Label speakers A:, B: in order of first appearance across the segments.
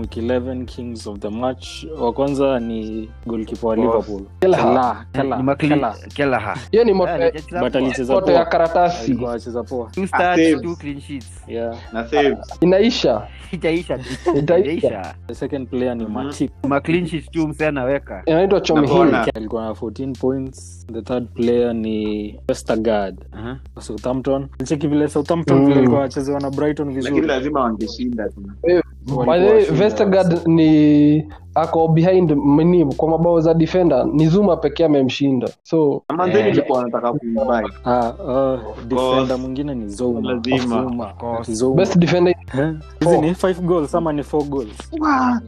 A: week 11 kings of the match wa kwanza ni golkipa
B: Oh.
A: wa
C: Wow.
A: liverpool
B: Kelleher.
A: Kela- Kela-
C: Ni Maclean-
A: Kela.
C: Kelleher.
B: hiyo ni
C: Yeah,
B: moto
C: alicheza
A: But
C: poa.
A: alicheza
B: moto ya
A: poa
B: karatasi
A: alikuwa anacheza poa
C: Eh, Two starts,
D: saves.
C: two clean sheets.
A: yeah
D: na
A: Ah,
D: saves
B: inaisha
C: Itaisha. Itaisha.
A: the second player ni
D: Mhm.
A: matip
C: Ma clean sheets tu msee anaweka.
B: inaitwa chomhili
D: Nabona.
A: alikuwa na 14 points the third player ni westergard
C: Aha.
A: wa southampton cheki vile southampton
B: Mhm. Mm.
A: vile alikuwa anachezewa na brighton
D: lakini
A: vizuri
D: lazima wangeshinda tena
A: Walikuwa washinda.
B: vestegard ni ako behind mini kwa mabao za defender ni zuma pekee amemshinda so
D: amanzeni
C: Eh.
D: ilikuwa wanataka kuibai
A: Ah, uh, defender
D: course.
A: mwingine ni Zouma.
D: Lazima.
A: Zuma.
C: Of course.
A: Zouma.
B: best defender
A: Eh? hizi ni five goals ama ni four goals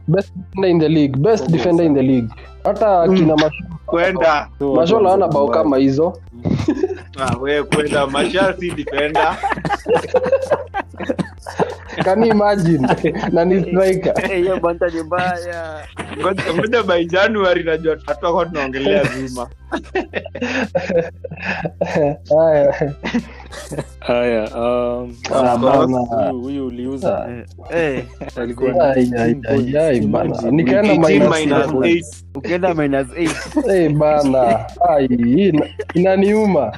B: best defender in the league best
A: Okay,
B: defender in the league hata kina Masho-
D: kwenda
A: So,
B: mashola ana bao
A: Zimbabwe.
B: kama hizo
D: ah, we kwenda mashal si defender
B: can you imagine na ni striker
C: Eh, hiyo banta ni mbaya.
D: Ngoja- ngoja by january najua tutakuwa tunaongelea zuma
B: haya
A: haya Ah, um,
B: Ah,
D: bana.
A: huyu- huyu uliuza
B: Ah,
C: Eh, eh,
A: alikuwa na
B: Ai,
A: 18
B: ai,
A: points.
B: ai, ai,
A: Imagine.
B: bana. Nikaenda
A: Ni
B: minus
A: 18
B: eight.
A: points.
C: ukienda minus eight.
B: eh, bana ai ina- inaniuma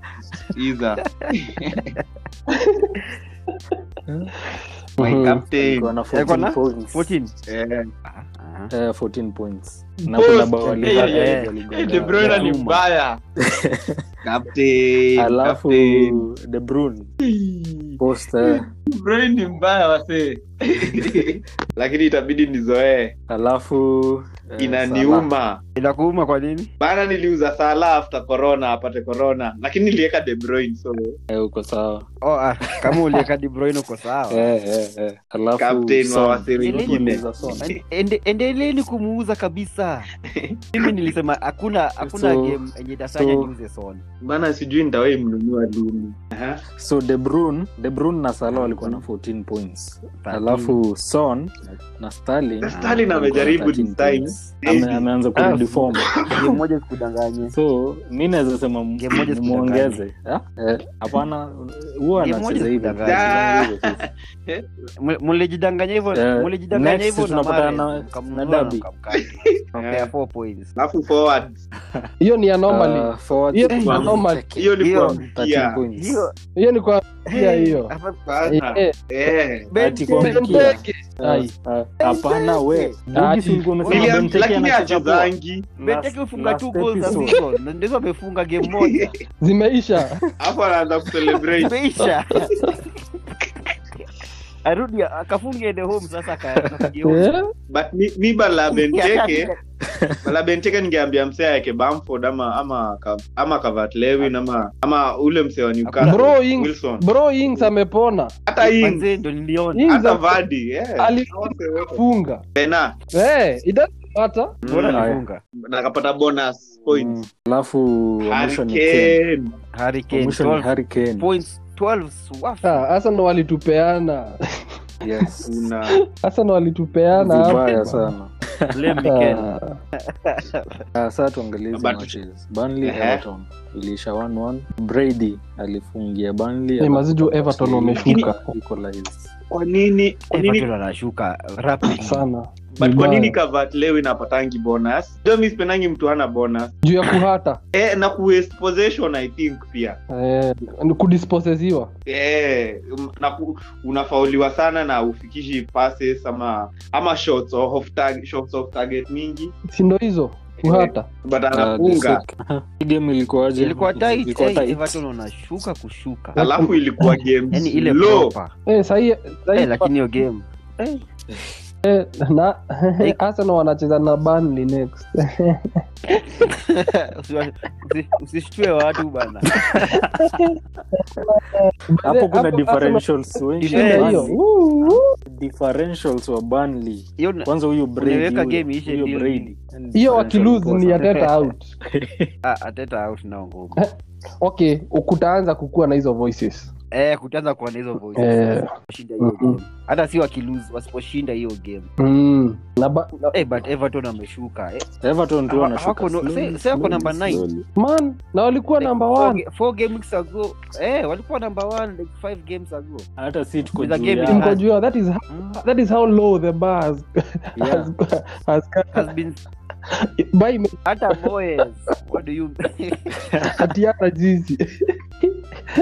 D: either my
B: Mhm.
A: Hmm. Alikuwa
D: captain
A: na
C: Alikuwa na
A: 14 points.
C: 14.
D: eh
C: Aha.
A: Eh, 14 points. Na
D: Post.
A: kuna bao
D: Eh,
A: aliga-
C: eh,
A: eh, aligonga-
D: Eh, De Bruyne ni
A: Zuma.
D: mbaya Captain,
A: alafu
D: captain.
A: De Bruyne. Post, eh,
D: De Bruyne ni mbaya wasee lakini itabidi nizoee
A: alafu eh,
D: inaniuma
C: inakuuma kwa nini
D: maana niliuza sala after corona apate corona lakini niliweka De Bruyne, so
A: Salah. Eh, uko sawa
C: oh, ah, kama uliweka De Bruyne uko sawa
A: Eh, eh, eh. Alafu
D: Captain wa
A: Son.
D: wasee
A: Liverpool
D: wengine.
A: is a Son.
C: Ende- endeleeni kumuuza kabisa mimi nilisema hakuna hakuna
A: So-
C: game enye itafanya
A: so-
C: niuze son
D: maana sijui ndawai mnunua lini Aha.
A: so De Bruyne- De Bruyne na sala walikuwa na 14 points alafu son na Sterling
D: Na Sterling
A: walikuwa
D: amejaribu Ah,
A: na 13
D: this time.
A: points. Ame- ameanza kurudi form
C: game moja sikudanganye
A: so mi naweza sema m-
C: Game moja
A: muongeze Ah? Eh, hapana huwa
C: Game
A: anacheza
C: moja
A: hivi.
C: sikudanganya.
A: Anacheza hivi
D: Ah.
A: tu.
C: mlijidanganya hivyo
A: Eh,
C: mlijidanganya
A: next
C: hivyo na
A: tunapatana
C: Mahrez,
A: na-
C: mkamnunua
A: na Derby.
C: mkamkata. Mkampea four points
D: Eh, alafu forward
B: hiyo ni anomaly
A: Uh, forward
B: Hiyo
A: team,
B: ni anomaly.
D: hiyo ni
C: Hiyo,
D: kuambia.
A: 13 points.
C: hiyo
B: hiyo ni kwa pia hiyo
C: hapa-
D: Sasa,
B: Eh,
D: eh.
A: Ati kwa
B: Ben
A: mkia.
B: Benteke. Ai.
A: Ah, hapana we Bugi si ulikuwa umesema
D: William-
A: Benteke
D: lakini
A: anacheza poa.
D: achezangi
C: Benteke
A: Last-
C: hufunga
A: last
C: two goals a
A: episode.
C: season, na ndizo amefunga game moja
B: zimeisha
D: hapo anaanza kucelebrate
C: imeisha arudi akafunge ende home sasa akageuza
B: Eh,
D: but mi, mi bala benteke bala benteke ningeambia msee aeke bamford ama ama Ka- ama kavat lewin ama ama ule msee wa Newcastle,
B: Bro, Ing-
D: wilson
B: bro ings amepona
D: hata Ings,
C: Manze, ndo
A: Hmm.
C: niliona
B: Ings
D: hata
B: ame-
D: vadi yeah.
B: Ali- funga
D: tena Mm.
B: Eh, it doesn't matter.
C: mbona
A: Haya.
C: nifunga
D: nakapata bonus point
A: Mm. alafu wa mwisho ni Kane.
D: Hurricane.
C: Harry
A: Wa
C: Kane,
A: mwisho ni
C: 12
A: Harry Kane.
C: points 12 swafi.
B: Ah, Arsenal walitupeana
A: Yes.
D: Una-
B: Arsenal walitupeana
A: vibaya
B: hapo.
A: sana
C: Blame
B: Ah,
C: Kane.
A: Ah, sasa tuangalie hizi
D: But-
A: matches Burnley
D: Ehe.
A: Everton iliisha 1-1 Brady alifungia Burnley
B: Ni
A: alafu
B: maziju Everton wameshuka
A: equalize.
D: kwa nini kwa nini
C: Everton wanashuka rapid.
B: sana
D: but kwa nini
B: Vibaya.
D: kavat lewin apatangi bonus jo mi sipendangi mtu hana bonus
B: juu ya kuhata
D: eh, na kuwaste possession i think pia
B: Eh, ni kudispossessiwa
D: Eh, um, na ku- unafauliwa sana na ufikishi passes ama ama shots or off target, shots off target mingi
B: sindo hizo kuhata
D: but
A: Ah, the
D: anafunga
A: sec- Hii game ilikuwaje
C: Ilikuwa tight,
A: Ilikuwa
C: eh,
A: tight.
C: Everton wanashuka kushuka.
D: alafu ilikuwa game
C: Yaani ile
D: slow.
C: proper.
B: eh, sahi, sahi
C: Eh, lakini hiyo game.
B: eh, na Arsenal wanacheza na Burnley next
C: Usiwa- usi- Usishtue watu bana.
A: hapo kuna
B: Hapo
A: differentials wengi
C: Shida
A: wa
B: Arsenal-
A: Burnley.
B: hiyo Woo, woo.
A: differentials wa Burnley
C: Hiyo na-
A: kwanza huyu Brady
C: Unaweka
A: huyu-
C: game iishe
A: huyu
C: nil.
A: Brady.
B: Yaani
C: Eh,
B: hiyo wakiluzi ni
A: Differential
B: ateta out
C: ah, Arteta out nao ngumu.
B: okay ukutaanza kukua na hizo voices
C: eh, kutaanza kuona hizo voices.
B: Eh,
C: Washinda hiyo
B: Mhm.
C: game. hata si wakilose wasiposhinda hiyo game
B: mm, na ba- na-
C: eh, but everton ameshuka eh,
A: everton tu
C: hawa-
A: wanashuka
C: hawako no-
A: slowly,
C: se- se wako
A: slowly,
C: namba nine.
A: slowly.
B: man na walikuwa
C: Like,
B: namba
C: four
B: 1
C: ga- four game weeks ago eh, walikuwa number one like five games ago
A: hata si tuko
C: With a
A: juu
C: game
A: yao.
C: in hand.
B: mko juu yao. that is ho-
C: mm.
B: that is how low the bar has,
A: Yeah.
B: has, has
C: has been
B: by me-
C: hata boys what do you
B: ati hata jiji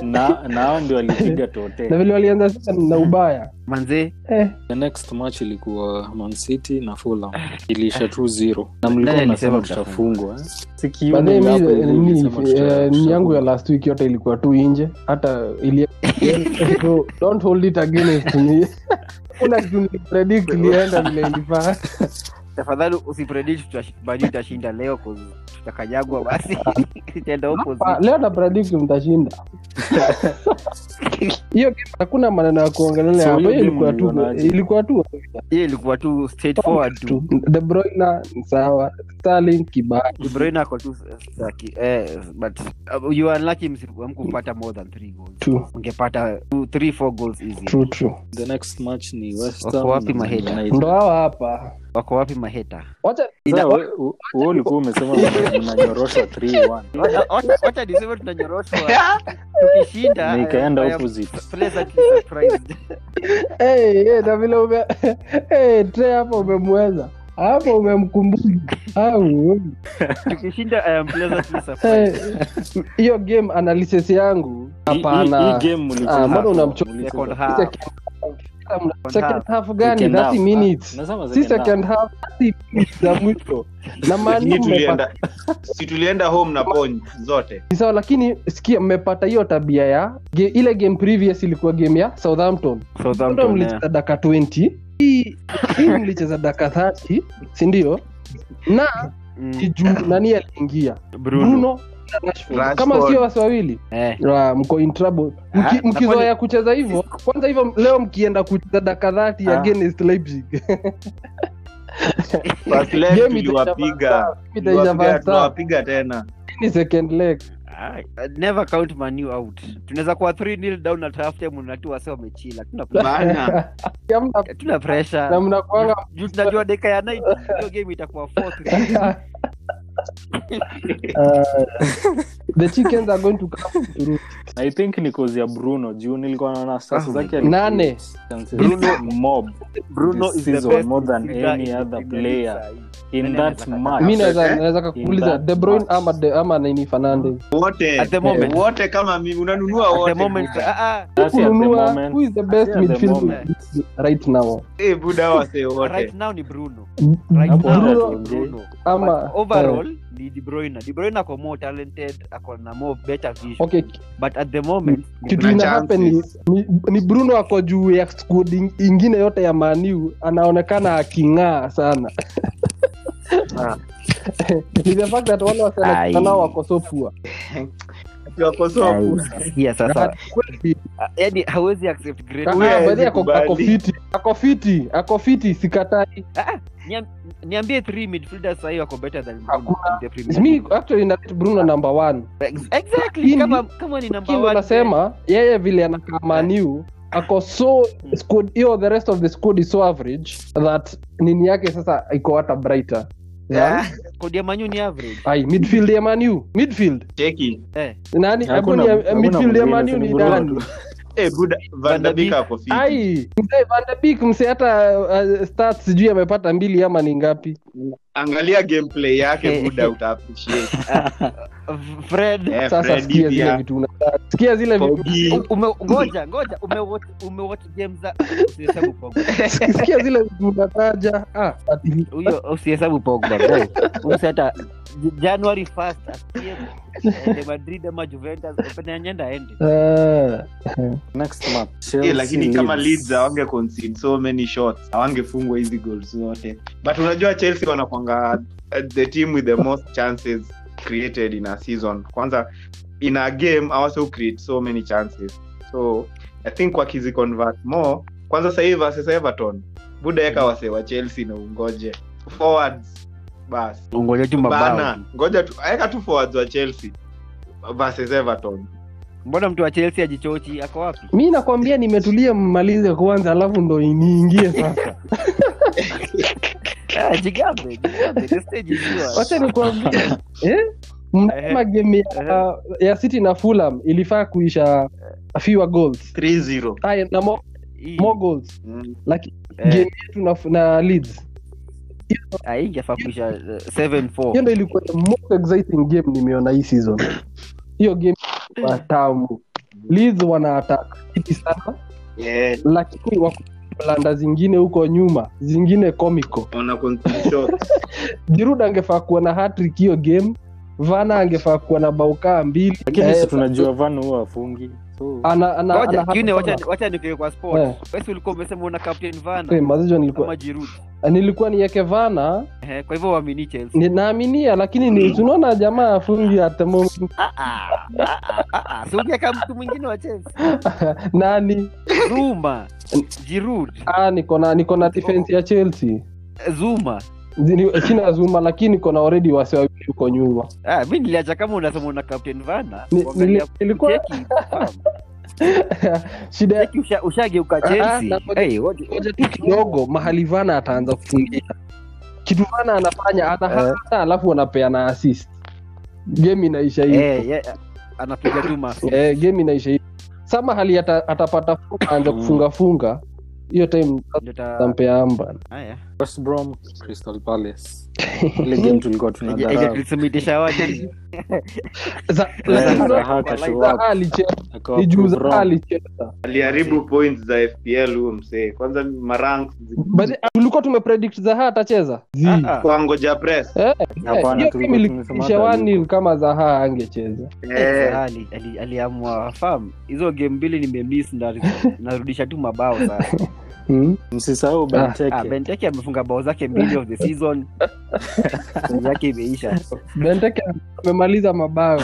A: na nao ndio walipiga
B: na
A: tote
B: vile walianza season na ubaya
C: manze
B: eh,
A: the next match ilikuwa mancity na fulam iliisha tu zero na mlikuwa
C: Nani
A: nasema
C: alisema
A: tutafungwa eh?
B: by the way, mi- ni- eh, ni yangu ya
A: sikiuyangu
B: last week yote ilikuwa tu nje hata ili
C: Yaani
B: so, don't hold it against me kuna kitu nilipredict ilienda vile ilifaa
C: tafadhali usipredict tutash- Man U itashinda leo 'cause tutakanyagwa basi itaenda
B: Ah,
C: opposite
B: leo na predict mtashinda hiyo game hakuna maneno ya kuongelelea
A: So
B: hapo
A: hiyo
B: hiyo ilikuwa
A: game
B: tu
A: mlionaje?
B: ilikuwa tu
C: hiyo ilikuwa tu straightforward tu
B: de broiler sawa starling kibaya
C: De Bruyne ako tu saki- eh, but uh, you are lucky msi- hamkupata more than three goals
B: True.
C: ungepata two, three four goals easy
B: true true
A: the next match ni West
C: Wako
A: Ham
C: wapi
A: na
C: Mahela?
A: United.
B: ndo hawa hapa
C: wako wapi maheta
B: wacha
C: Ina-
A: Sasa we- u- wewe ulikuwa umesema mnanyorosha 3-1
C: Wacha- wacha- wacha niseme tunanyoroshwa tukishinda I-
A: nikaenda
C: I am
A: opposite
C: pleasantly surprised.
B: hey, hey, na vile ume hey, tre hapo umemweza hapo umemkumbuka au
C: tukishinda I am pleasantly surprised.
B: hey, hiyo game analysis yangu
A: Hii-
B: hapana
A: hii game mlikuwa-
B: Ah, mbona unamcho-
A: mlikuwa-
C: Second half.
B: second half gani
A: Second
B: 30
A: half. Ah,
B: minutes
A: Nasema
B: si
A: second half.
B: second half 30 minutes za mwisho na
D: Lakini
B: maana
D: tulienda si tulienda home na point zote
B: sawa lakini sikia mmepata hiyo tabia ya ge, ile game previous ilikuwa game ya southampton Southampton
C: Southampton, eh.
B: mlicheza daka 20 hii hii mlicheza daka 30 sindio na
C: Mm,
B: kijuu nani aliingia
C: Bruno.
B: bruno na Rashford.
D: Rashford.
B: kama sio wasi wawili
C: Eh,
B: Ah, mko in trouble
C: Ah,
B: Mki-
C: na
B: mkizoea
C: kwani-
B: kucheza hivyo kwanza hivyo leo mkienda kucheza daka 30
A: Ah.
B: against leipzig
D: First leg
B: Game itaisha
D: tuliwapiga
B: itaisha
D: tuliwapiga
B: first half.
D: tuliwapiga tena
B: ni second leg
C: ah, never count Man U out tunaweza kuwa 3-0 down at half time na tu wase wamechila Hatuna-
D: bana
B: Ya mna-
C: hatuna pressure
B: na mnakuanga
C: Juu tunajua dakika ya 90 hiyo game itakuwa 4-3.
B: Uh, the chickens are going to come to roost.
A: i think ni cause ya bruno juu nilikuwa naona sasa
C: Ah,
A: zake alikuwa
B: nane
A: chances
C: Bruno-
A: mob
C: Bruno
A: This
C: is the
A: season
C: best
A: more than
C: midfielder
A: any
C: in the
A: other
C: Premier League
A: player.
C: saa hii.
A: in
C: Nani
A: that
C: anaweza
A: match
B: mi
D: eh?
B: naweza naweza kakuuliza
A: that
B: de Bruyne
A: match.
B: ama de, ama nini Fernandes
D: wote
C: At the moment.
D: wote kama mimi unanunua
C: At the
D: wote
C: moment,
D: Buda.
C: ah, ah,
A: That's at the
B: Kununua,
A: moment.
B: who is the
A: At
B: best
A: the
B: midfielder
C: moment.
B: right now
D: Eh, buda wase
C: right
D: wote
C: now ni Bruno. Right
A: Hapo
C: now
A: ndo
B: Bruno
C: ni
A: tuongee.
C: Bruno.
B: ama
C: But overall ni De Bruyne. De Bruyne ako more talented, ako na more better vision.
B: eh, okay
C: But at the moment
A: Mm.
C: ni
B: kitu
D: Na
B: ina
D: chances.
B: happen ni, ni, ni Bruno ako juu ya squad ing- ingine yote ya Maniu anaonekana aking'aa sana
A: Ah.
B: Ni the fact that wale
C: Ai.
B: wasichana nao wako so poor.
D: wakosoa
C: Yeah, sasa
B: Kweli.
C: ah, yani hawezi accept great.
B: Ah,
D: Huyo
B: ah, by the way, ako-
D: kubali.
B: ako fiti ako fiti ako fiti sikatai
C: Niambie three midfielders sahi wako better than Bruno
B: Hakuna.
C: in the Premier
B: mi
C: League.
B: actually na bruno number one
C: Ex- Exactly.
B: Hii ni-
C: Kama kama ni number
B: kilo
C: one.
B: nasema yeye vile anakaa maniu ako so squad hiyo the rest of the squad is so average that nini yake sasa iko hata brighter yeah.
C: Ah, Kodi ya Man U ni average. Eh,
B: ai midfield ya maniu midfield
D: cheki
B: nani hebu
A: Hakuna-
B: ni-
A: hakuna
B: midfield ya
A: mwingine,
B: maniu
A: si
B: ni
A: ni Bruno
B: nani
A: tu.
D: Eh, buda
C: Van de Beek.
D: vandabika ako fiti
B: ai mzee van de Beek, mzee hata uh, stats sijui amepata mbili ama ni ngapi
D: angalia gameplay yake
C: Eh.
D: buda utaappreciate
C: V- Fred
D: Eh,
B: sasa
D: Fred
B: sikia zile
D: Ibia,
B: vitu unataka. sikia zile vitu
D: Pogba.
C: U- ume ngoja ngoja umewatch umewatch games za usihesabu Pogba.
B: sikia zile vitu unataja ah, ati-
C: Huyo usihesabu Pogba. boy. Huyu si hata J- January 1st asiye ende Madrid ama Juventus penyenyenda aende.
B: ah.
A: next match
D: Eh,
A: Chelsea
D: lakini kama
A: Leeds.
D: leeds awange concede so many shots awangefungwa hizi goals zote but unajua chelsea wanakwanga eh, the team with the most chances created in a season kwanza in a game also create so many chances so i think wakizi convert more kwanza sahivi versus everton budaeka wase wa chelsea na ungoje forwards bas
C: Ungoja tu mabao.
D: bana ngoja tu aeka tu forwards wa chelsea versus everton
C: mbona mtu wa chelsea ajichochi ako wapi
B: mi nakwambia nimetulia mmalize kwanza alafu ndo niingie sasa
C: Ah, jigambe jigambe the stage is yours.
B: wacha nikwambie eh? mnaona game ya,
C: Eh.
B: ya city na fulham ilifaa kuisha fewer goals
D: 3-0.
B: Ay, na mo,
C: Hii,
B: more goals
D: Mm.
B: lakini
C: Hmm. eh,
B: game yetu na, na leeds
C: ah, hii ingefaa kuisha eh, 7-4.
B: hiyo ndo ilikuwa the most exciting game nimeona hii season hiyo game
C: Eh.
B: ilikuwa tamu leeds wana attack city sana
D: Yeah,
B: lakini wako blanda zingine huko nyuma zingine comical
D: wana concede shots.
B: jirud angefaa kuwa na hatrik hiyo game vana angefaa kuwa na baukaa mbili
A: lakini
B: Eh,
A: si tunajua vanu huwa afungi so
B: ana- ana-
C: Ngoja,
B: ana-
C: Junior, wacha-
B: Eh,
C: wacha nikuwe kwa sport Wewe ulikuwa umesema una captain
B: eh,
C: vana
B: Mazijo nilikuwa
C: ama Giroud.
B: nilikuwa niweke vana
C: Eh, kwa hivyo uamini Chelsea.
B: ni- naaminia lakini ni
C: Hmm.
B: tunaona jamaa afungi at the moment.
C: Ah, ah, ah, ah, ah, ah. Si ungeweka mtu mwingine wa Chelsea.
B: nani
C: Zuma, Giroud,
B: ah, niko na niko na defense ya chelsea
C: Zuma.
B: Zini- sina zuma lakini niko na already wase wawili huko nyuma
C: Ah, mimi niliacha kama unasema una captain vana.
B: Ni-
C: kuangalia
B: nili- nilikuwa-
C: cheki, fahamu.
B: shida
C: Cheki usha- ushageuka
B: Ah,
C: Chelsea.
B: na-
C: Hey, what-
B: moja tu kidogo mahali vana ataanza kufungia kitu vana anafanya
C: Eh.
B: anahata alafu anapeana assist game inaisha hiyo
C: Eh, ye- anapiga tu mas
B: eh, game inaisha hiyo sa mahali ata, atapata funga anza
A: Mm.
B: kufunga funga hiyo time
C: Ndio ta-
B: tampea amba
C: haya.
A: West Brom, Crystal Palace ile game tulikuwa
C: Aje- aje
A: tunadharau
C: tulithibitisha waje.
B: Za-
A: Eh,
B: za-
A: Zaha
B: Zaha
A: akashuwa,
B: alicheza,
A: akawa
B: ni juu Zaha
A: wrong.
B: alicheza.
D: aliharibu points za fpl huyo msee kwanza marank
B: But, ah, tulikuwa tumepredict zaha atacheza Zii.
C: Ah, ah.
D: kwango ja press
B: Eh,
A: Hapana,
B: hiyo
A: tulikuwa
B: game
A: tumesema
B: ilikwisha
A: hata
B: 1-0 kama zaha angecheza
C: Eh,
B: ah,
D: eh,
C: ali- ali- aliamua fam hizo game mbili nimemiss na narudisha tu mabao sasa
B: Hmm?
A: msisahau
C: ah,
A: Benteke.
C: benteke amefunga bao zake mbili of the season Season yake imeisha
B: benteke amemaliza mabao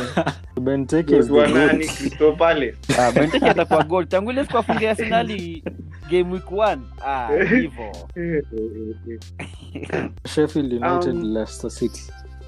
A: Benteke is the
D: wa nani
A: goat.
D: Crystal Palace
C: ah, benteke atakuwa goal tangu ile siku afungia arsenali game week one ah hivyo
A: Sheffield United,
D: Um,
A: Leicester City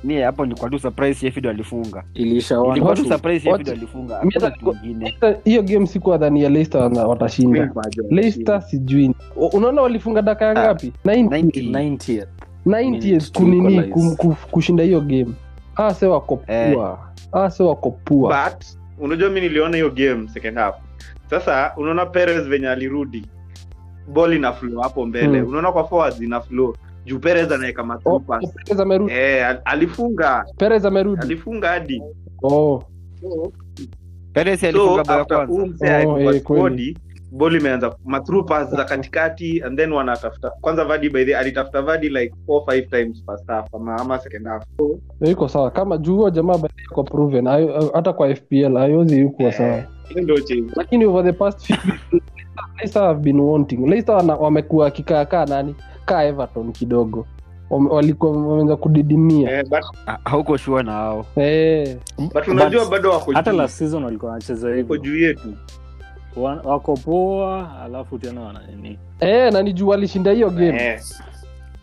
C: mimi hapo nilikuwa tu surprise sheffield alifunga
A: iliisha
C: nilikuwa tu
A: 1-2.
C: surprise
B: Oh, what-
C: sheffield alifunga
B: Mimi
C: hakuna
B: hata-
C: kitu kingine
B: Leicester- hiyo game sikuwa dhania leicester wana- watashinda leicester sijui U- unaona walifunga daka
A: Ah,
B: ya ngapi
C: 90.
A: 90th.
B: 90
A: Two
B: kunini
A: equalize.
B: kum- kuf- kushinda hiyo game ah se wako
A: Eh.
B: poa ah se wako poa
D: but unajua mi niliona hiyo game second half sasa unaona perez venye alirudi ball ina flow hapo mbele
B: Mm.
D: unaona kwa forwards ina flow juu perez anaweka
B: Oh,
D: matupa
B: Perez amerudi
D: eh, al- alifunga
B: Perez amerudi
D: alifunga hadi
B: oh
C: Perez
D: so
C: alifunga bao ya
D: after
C: kwanza
D: huu mzee
B: Oh,
D: alikuwa
B: eh, kweli.
D: squadi, ball imeanza matrupas za katikati and then wanatafuta kwanza vadi by the alitafuta vadi like four five times first half ama, ama second half
B: iko sawa kama juu huyo jamaa bado yuko proven Hayo- hata kwa fpl ayozi
D: Eh.
B: yuko sawa
D: Hiyo ndio change
B: lakini over the past few weeks, Leicester have been wanting Leicester wana- wamekuwa wakikaa kaa nani kaa everton kidogo Wame- walikuwa wameanza kudidimia
D: eh, but,
C: Ha- Ah, hauko shua na hao
B: eh,
D: but unajua
A: But-
D: bado wako
A: hata
D: juu.
A: last season walikuwa wanacheza
D: Wako
A: hivyo
D: juu yetu
A: Wa- wako poa alafu tena wananini
B: eh, na ni juu walishinda hiyo game
D: Eh.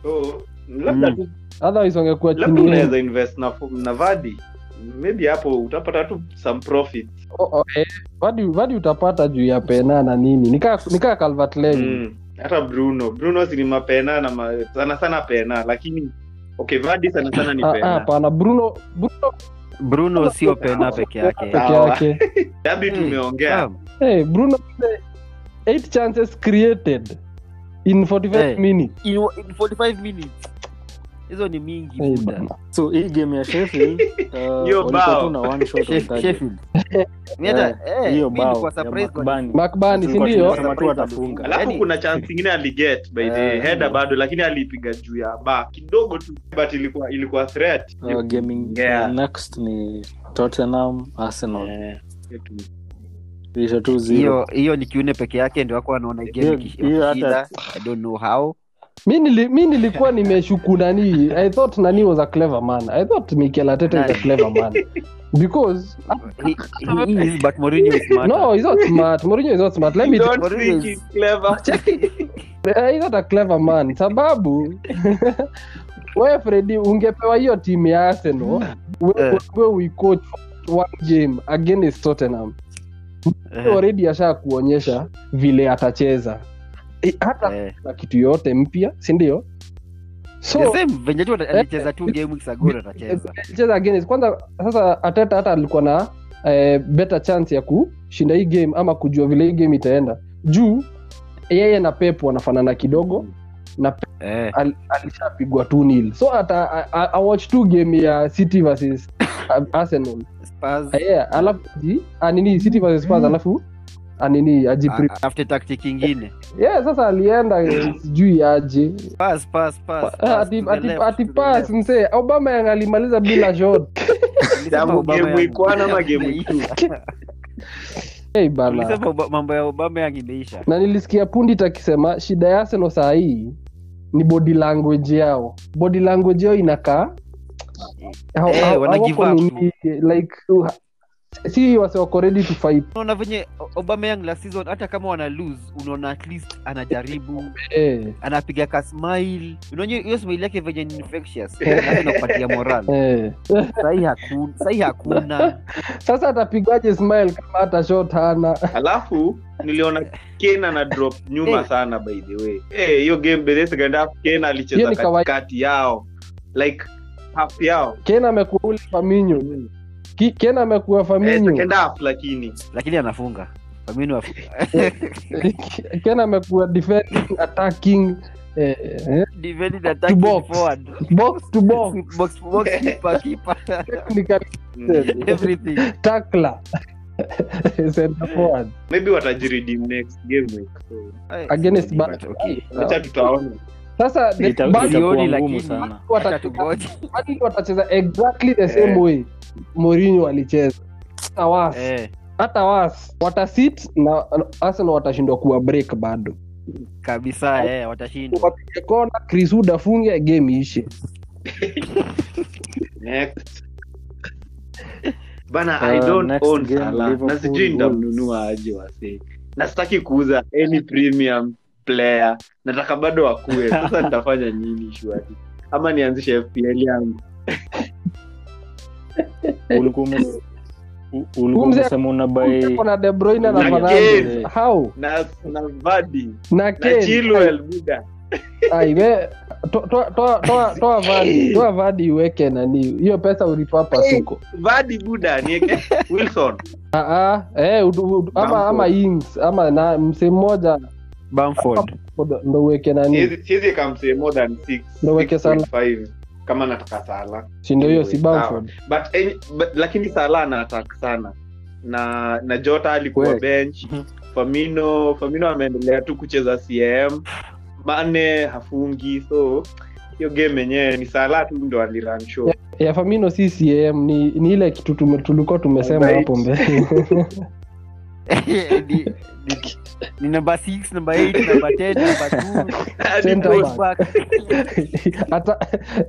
D: so labda
A: Mm.
D: tu-
B: otherwise wangekuwa
D: labda
B: chini
D: unaweza invest na, na vadi maybe hapo utapata tu some profit
B: Oh, oh, eh, vadi vadi utapata juu ya pena na nini nikaa nikaa calvert levin
D: mm. hata bruno bruno si ni mapena na ma, sana sana pena lakini okay vadi sana sana ni
B: Ah, ah,
D: pena
B: hapana bruno bruno
C: bruno sio pena peke yake
B: peke
D: Sawa.
B: yake
D: dabi
C: Mm.
D: tumeongea
C: Fam,
B: hey, bruno eight chances created in 45
C: Eh.
B: minutes
C: in, in 45 minutes hizo ni mingi
B: Eh,
C: muda
B: bana.
A: so hii game ya Sheffield, uh, walikuwa
D: bao.
A: tu na one shot on
C: Shef-
A: target.
C: Sheffield. Mimi hata- eh,
A: hiyo
C: mimi nilikuwa
A: bao ya
C: surprised kwa-
A: Macbani.
B: macbani
A: Tulikuwa
B: sindio
A: tunasema tu atafunga.
D: alafu
C: Yaani-
D: kuna chance ingine aliget by the
C: Eh.
D: header bado lakini alipiga juu ya ba kidogo tu but ilikuwa ilikuwa threat
A: Uh, gaming
D: Yeah.
A: next ni tottenham arsenal
D: Eh, yetu.
A: ilisha tu zero
C: hiyo hiyo ni kiune peke yake ndio akuwa anaona
A: Hiyo-
C: game ikish-
A: hiyo hata-
C: wakishinda. I don't know how
B: mi nili- mi nilikuwa nimeshuku nani i thought nani was a clever man i thought mikel ateta is a
C: Nani?
B: clever man because
C: he, he is but Mourinho is smarter.
B: no he's not smart Mourinho is not smart let me
D: You
B: tell
D: don't think it's clever.
B: Eh, he's not a clever man sababu wewe fredi ungepewa hiyo timu ya arsenal wewe
C: Eh.
B: we, we coach one game against tottenham
C: Eh,
B: already asha kuonyesha vile atacheza Eh, hata
C: Eh,
B: na kitu yote mpya sindio
C: the
B: so Eh.
C: same, venye tu alicheza two game weeks ago ndo atacheza
B: cheza against kwanza sasa ateta hata alikuwa na eh, better chance ya kushinda hii game ama kujua vile hii game itaenda juu yeye na pep wanafanana kidogo
C: Eh,
B: al, alishapigwa 2 nil so ata a- a- awatch two game ya city versus Ar- arsenal
C: Spurs,
B: yeah, alafu ji- anini city versus Spurs, alafu anini aji
C: a- Ah, after tactic ingine
B: yeah, sasa alienda eh, sijui aje
C: Pass, pass,
B: Eh,
C: pass, pass to the left, to the
B: atipas
C: left.
B: msee obama yang alimaliza bila shot
C: Nilisema
D: Double
C: Obama
D: game
C: yangu.
D: week one ama game week two?
B: hey, bana
C: Nilisema Oba- mambo ya obama yang imeisha
B: na nilisikia pundit akisema shida ya arsenal saa hii ni body language yao body language yao inakaa ha-
C: Eh,
B: ha-
C: wana give
B: hawako
C: up
B: nini, like uh, si wase wako ready to fight
C: unaona venye obama yang la season hata kama wana lose unaona at least anajaribu
B: eh,
C: anapiga ka smile unaona hiyo smile yake venye ni infectious Alafu inakupatia moral
B: eh.
C: sahi hakuna sahi hakuna
B: sasa atapigaje smile kama hata shot hana
D: alafu niliona ken ana drop nyuma
C: Eh.
D: sana by the way Eh, hiyo game by the second half ken
B: Hiyo
D: alicheza
B: ni kawaida.
D: katikati yao like half yao
B: kena amekuwa ule faminyo Ki- kena amekuwa
D: eh,
B: faminyo
D: second half lakini
C: lakini anafunga Amini wafunga.
B: kena amekuwa defending attacking eh, eh,
C: Defending attacking
B: box.
C: forward.
B: box to box
C: Box- box, keeper, keeper,
B: technically
D: mm.
C: everything.
B: tackler center forward
D: maybe watajiredeem next game week so,
C: Eh,
B: against
C: but
B: Burnley.
C: okay.
D: acha tutaona
B: sasa the-
A: Ita-
B: Burnley
C: Sioni,
A: itakuwa ngumu
C: lakini-
A: sana
B: wata-
C: Acha tungoje.
B: Burnley watacheza exactly the same
D: Eh.
B: way Mourinho alicheza hata was
C: Eh,
B: hata was watasit na Arsenal watashindwa kuwa break bado
C: kabisa eh, watashindwa
B: wapige kona Chris Wood afunge game ishe
D: next bana
A: Uh,
D: i don't
A: next
D: own
A: game,
D: Salah. na
A: Liverpool
D: sijui
A: Wolves.
D: nitamnunua aje wase na sitaki kuuza any premium player nataka bado wakue sasa nitafanya nini shwari ama nianzishe fpl yangu
A: ulikuwa ume- u- ulikuwa
B: Umze-
A: umesema unabai
B: kuna De Bruyne na
D: Na
B: Fernandes
A: Kane.
B: how
D: na na vadi
B: na
D: na
B: Kane
D: chilwell buda
B: Ai, we- to- to- to- toa- toa Vardy- toa vadi iweke nani hiyo pesa ulipapa
D: Eh.
B: suko
D: vadi buda nieke wilson
B: Ah, ah, eh, udu- udu- ama
D: Bamford.
B: ama Ings, ama na mse mmoja
C: Bamford.
B: ndo ndo uweke nani
D: Siwezi- siwezi kamsee more than six,
B: Ndio weke Salah.
D: 6.5, kama nataka sala
B: sindo hiyo si
D: Sawa.
B: Bamford.
D: but, any, but lakini sala ana attack sana na na jota alikuwa
B: Kweli. Mhm.
D: bench famino famino ameendelea tu kucheza cm mane hafungi so hiyo game yenyewe ni sala tu ndo alirun show
B: ya famino ccm ni, ni ile kitu tume, tulikuwa tumesema
D: Right.
B: hapo mbele
C: Ni- ni- ni namba 6 namba 8 namba 10 namba 2
D: Hadi
B: Center
D: goal.
B: back. Ata,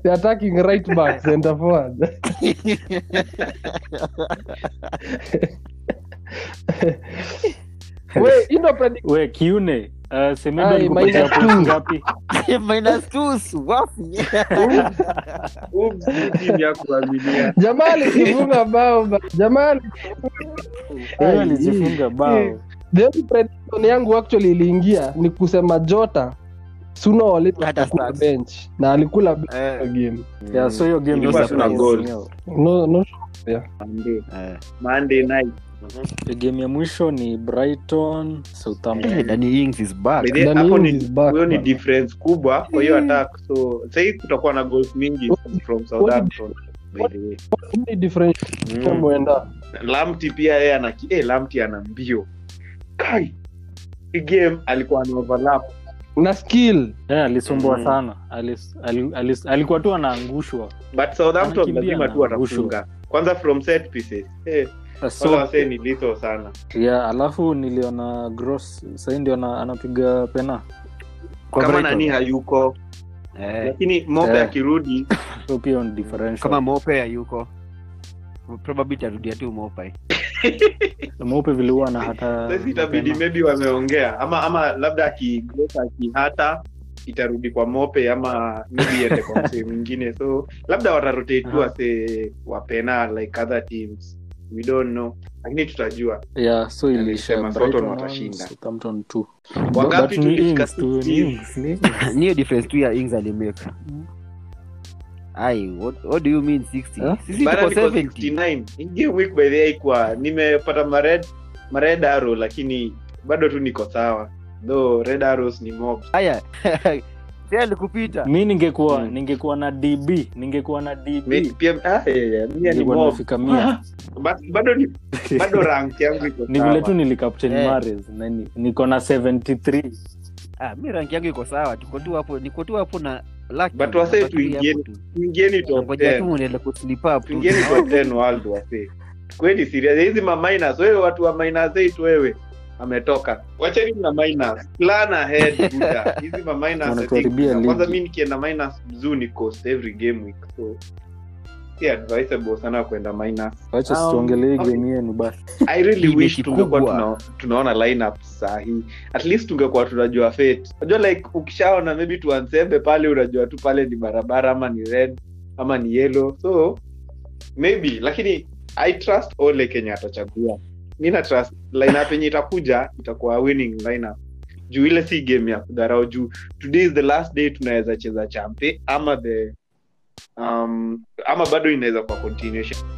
B: the attacking right back center forward we indo predict
A: we kiune uh, semedo
B: Ai,
A: alikupatia
B: minus
A: points
B: two.
A: ngapi
C: minus two swafi
D: Huu ni timu ya kuaminia
B: jamaa alijifunga bao ba- jamaa ali-
A: Yeye alijifunga bao
B: the only prediction yangu actually iliingia ni kusema jota suno
C: Hata
B: walikula
C: starts.
B: bench na alikula bench
C: Eh,
B: game
A: yeah, so hiyo game
D: Ilikuwa tuna
A: ilikuwa
D: goal.
A: senyewe.
B: no, no
D: Monday-
C: eh.
D: Monday night
A: Hiyo game ya mwisho ni brighton southampton
C: Eh, Danny Ings is back.
D: By the-
B: Danny
D: hapo ni-
B: Ings is back,
D: huyo ni
B: man. Mm.
D: difference kubwa kwa hiyo attack so sahii kutakuwa na goals mingi from southampton by the way
B: ni difference
D: Mm.
B: mwenda
D: lamti pia yeye ana eh, lamti ana mbio kai Hii game alikuwa ana overlap
B: na skill
A: yeah, Eh, alisumbua
D: Mm.
A: sana Alis, al, alis, alikuwa tu anaangushwa
D: but southampton
A: Anakimbia
D: lazima
A: na
D: tu
A: angusho.
D: atafunga kwanza from set pieces eh, wala
A: so,
D: wasee ni litho sana
A: yeah, alafu niliona gross sahii ndio ana- anapiga pena
C: Kwa
D: kama
C: Brighton.
D: nani hayuko
C: Eh,
D: lakini mope
A: Eh.
D: akirudi
A: so pia
D: Mm.
A: on differential
C: kama mope hayuko probably tarudia tu mope
A: mweupe vile huwa na hata
D: sasa itabidi
A: mapema.
D: maybe wameongea ama ama labda akigosa akihata itarudi kwa mope ama maybe iende
A: Ah.
D: kwa msee mwingine so labda watarotate tu
A: Aha.
D: wase wapena like other teams we don't know lakini tutajua
A: yeah so iliisha
D: nilisema Southampton
A: Brighton
D: watashinda.
A: one, Southampton two.
D: wangapi
A: But ni
D: tulifika
A: Ings tu, ni
D: 16?
A: Ings, ni-
C: niyo difference tu ya ings alimake ai what, what do you mean 60
A: Huh?
C: sisi
D: Bara
C: tuko
D: niko
C: 70
D: 69. Hii game week by the way haikuwa- nimepata mared mared arrow lakini bado tu niko sawa though red arrows ni mob
C: haya tena likupita
A: mi ningekuwa
D: Mm.
A: ningekuwa na db ningekuwa na
D: Me-
A: db
D: pia ah, yeah, yeah, mia ni
A: ningekuwa
D: mob
A: nafika mia
D: Ba- bado ni bado rank yangu iko
A: ni vile tu
D: sawa.
A: nilikapten
C: Eh.
A: mares na ni- niko na 73
C: ah mi rangi yangu iko sawa tuko tu hapo niko tu hapo na lucky.
D: But wasee
C: Nabakilia hapo
D: tuingieni-
C: tu.
D: tuingieni top
C: Ngoja
D: 10.
C: tu uendelee kuslip up tu.
D: tuingieni top 10 world wase kweli serious hizi ma minus wewe watu wa minus 8 wewe ametoka wacheni na minus plan ahead buda hizi ma minus I think,
A: Wanatuharibia ligi.
D: kwanza mimi nikienda minus mzuu ni cost every game week so si advisable sana kwenda minus
A: wacha
D: Um,
A: situongelee
D: okay.
A: game yenu basi
D: i really
C: Hii
D: wish
C: mechi
D: tungekuwa
C: kubwa.
D: tuna, tunaona lineup sahi at least tungekuwa tunajua fate unajua like ukishaona maybe tuansembe pale unajua tu pale ni barabara ama ni red ama ni yellow so maybe lakini i trust ole kenya atachagua nina trust lineup yenye itakuja itakuwa winning lineup juu ile si game ya kudharau juu today is the last day tunaweza cheza champe ama the um, ama bado inaweza kuwa continuation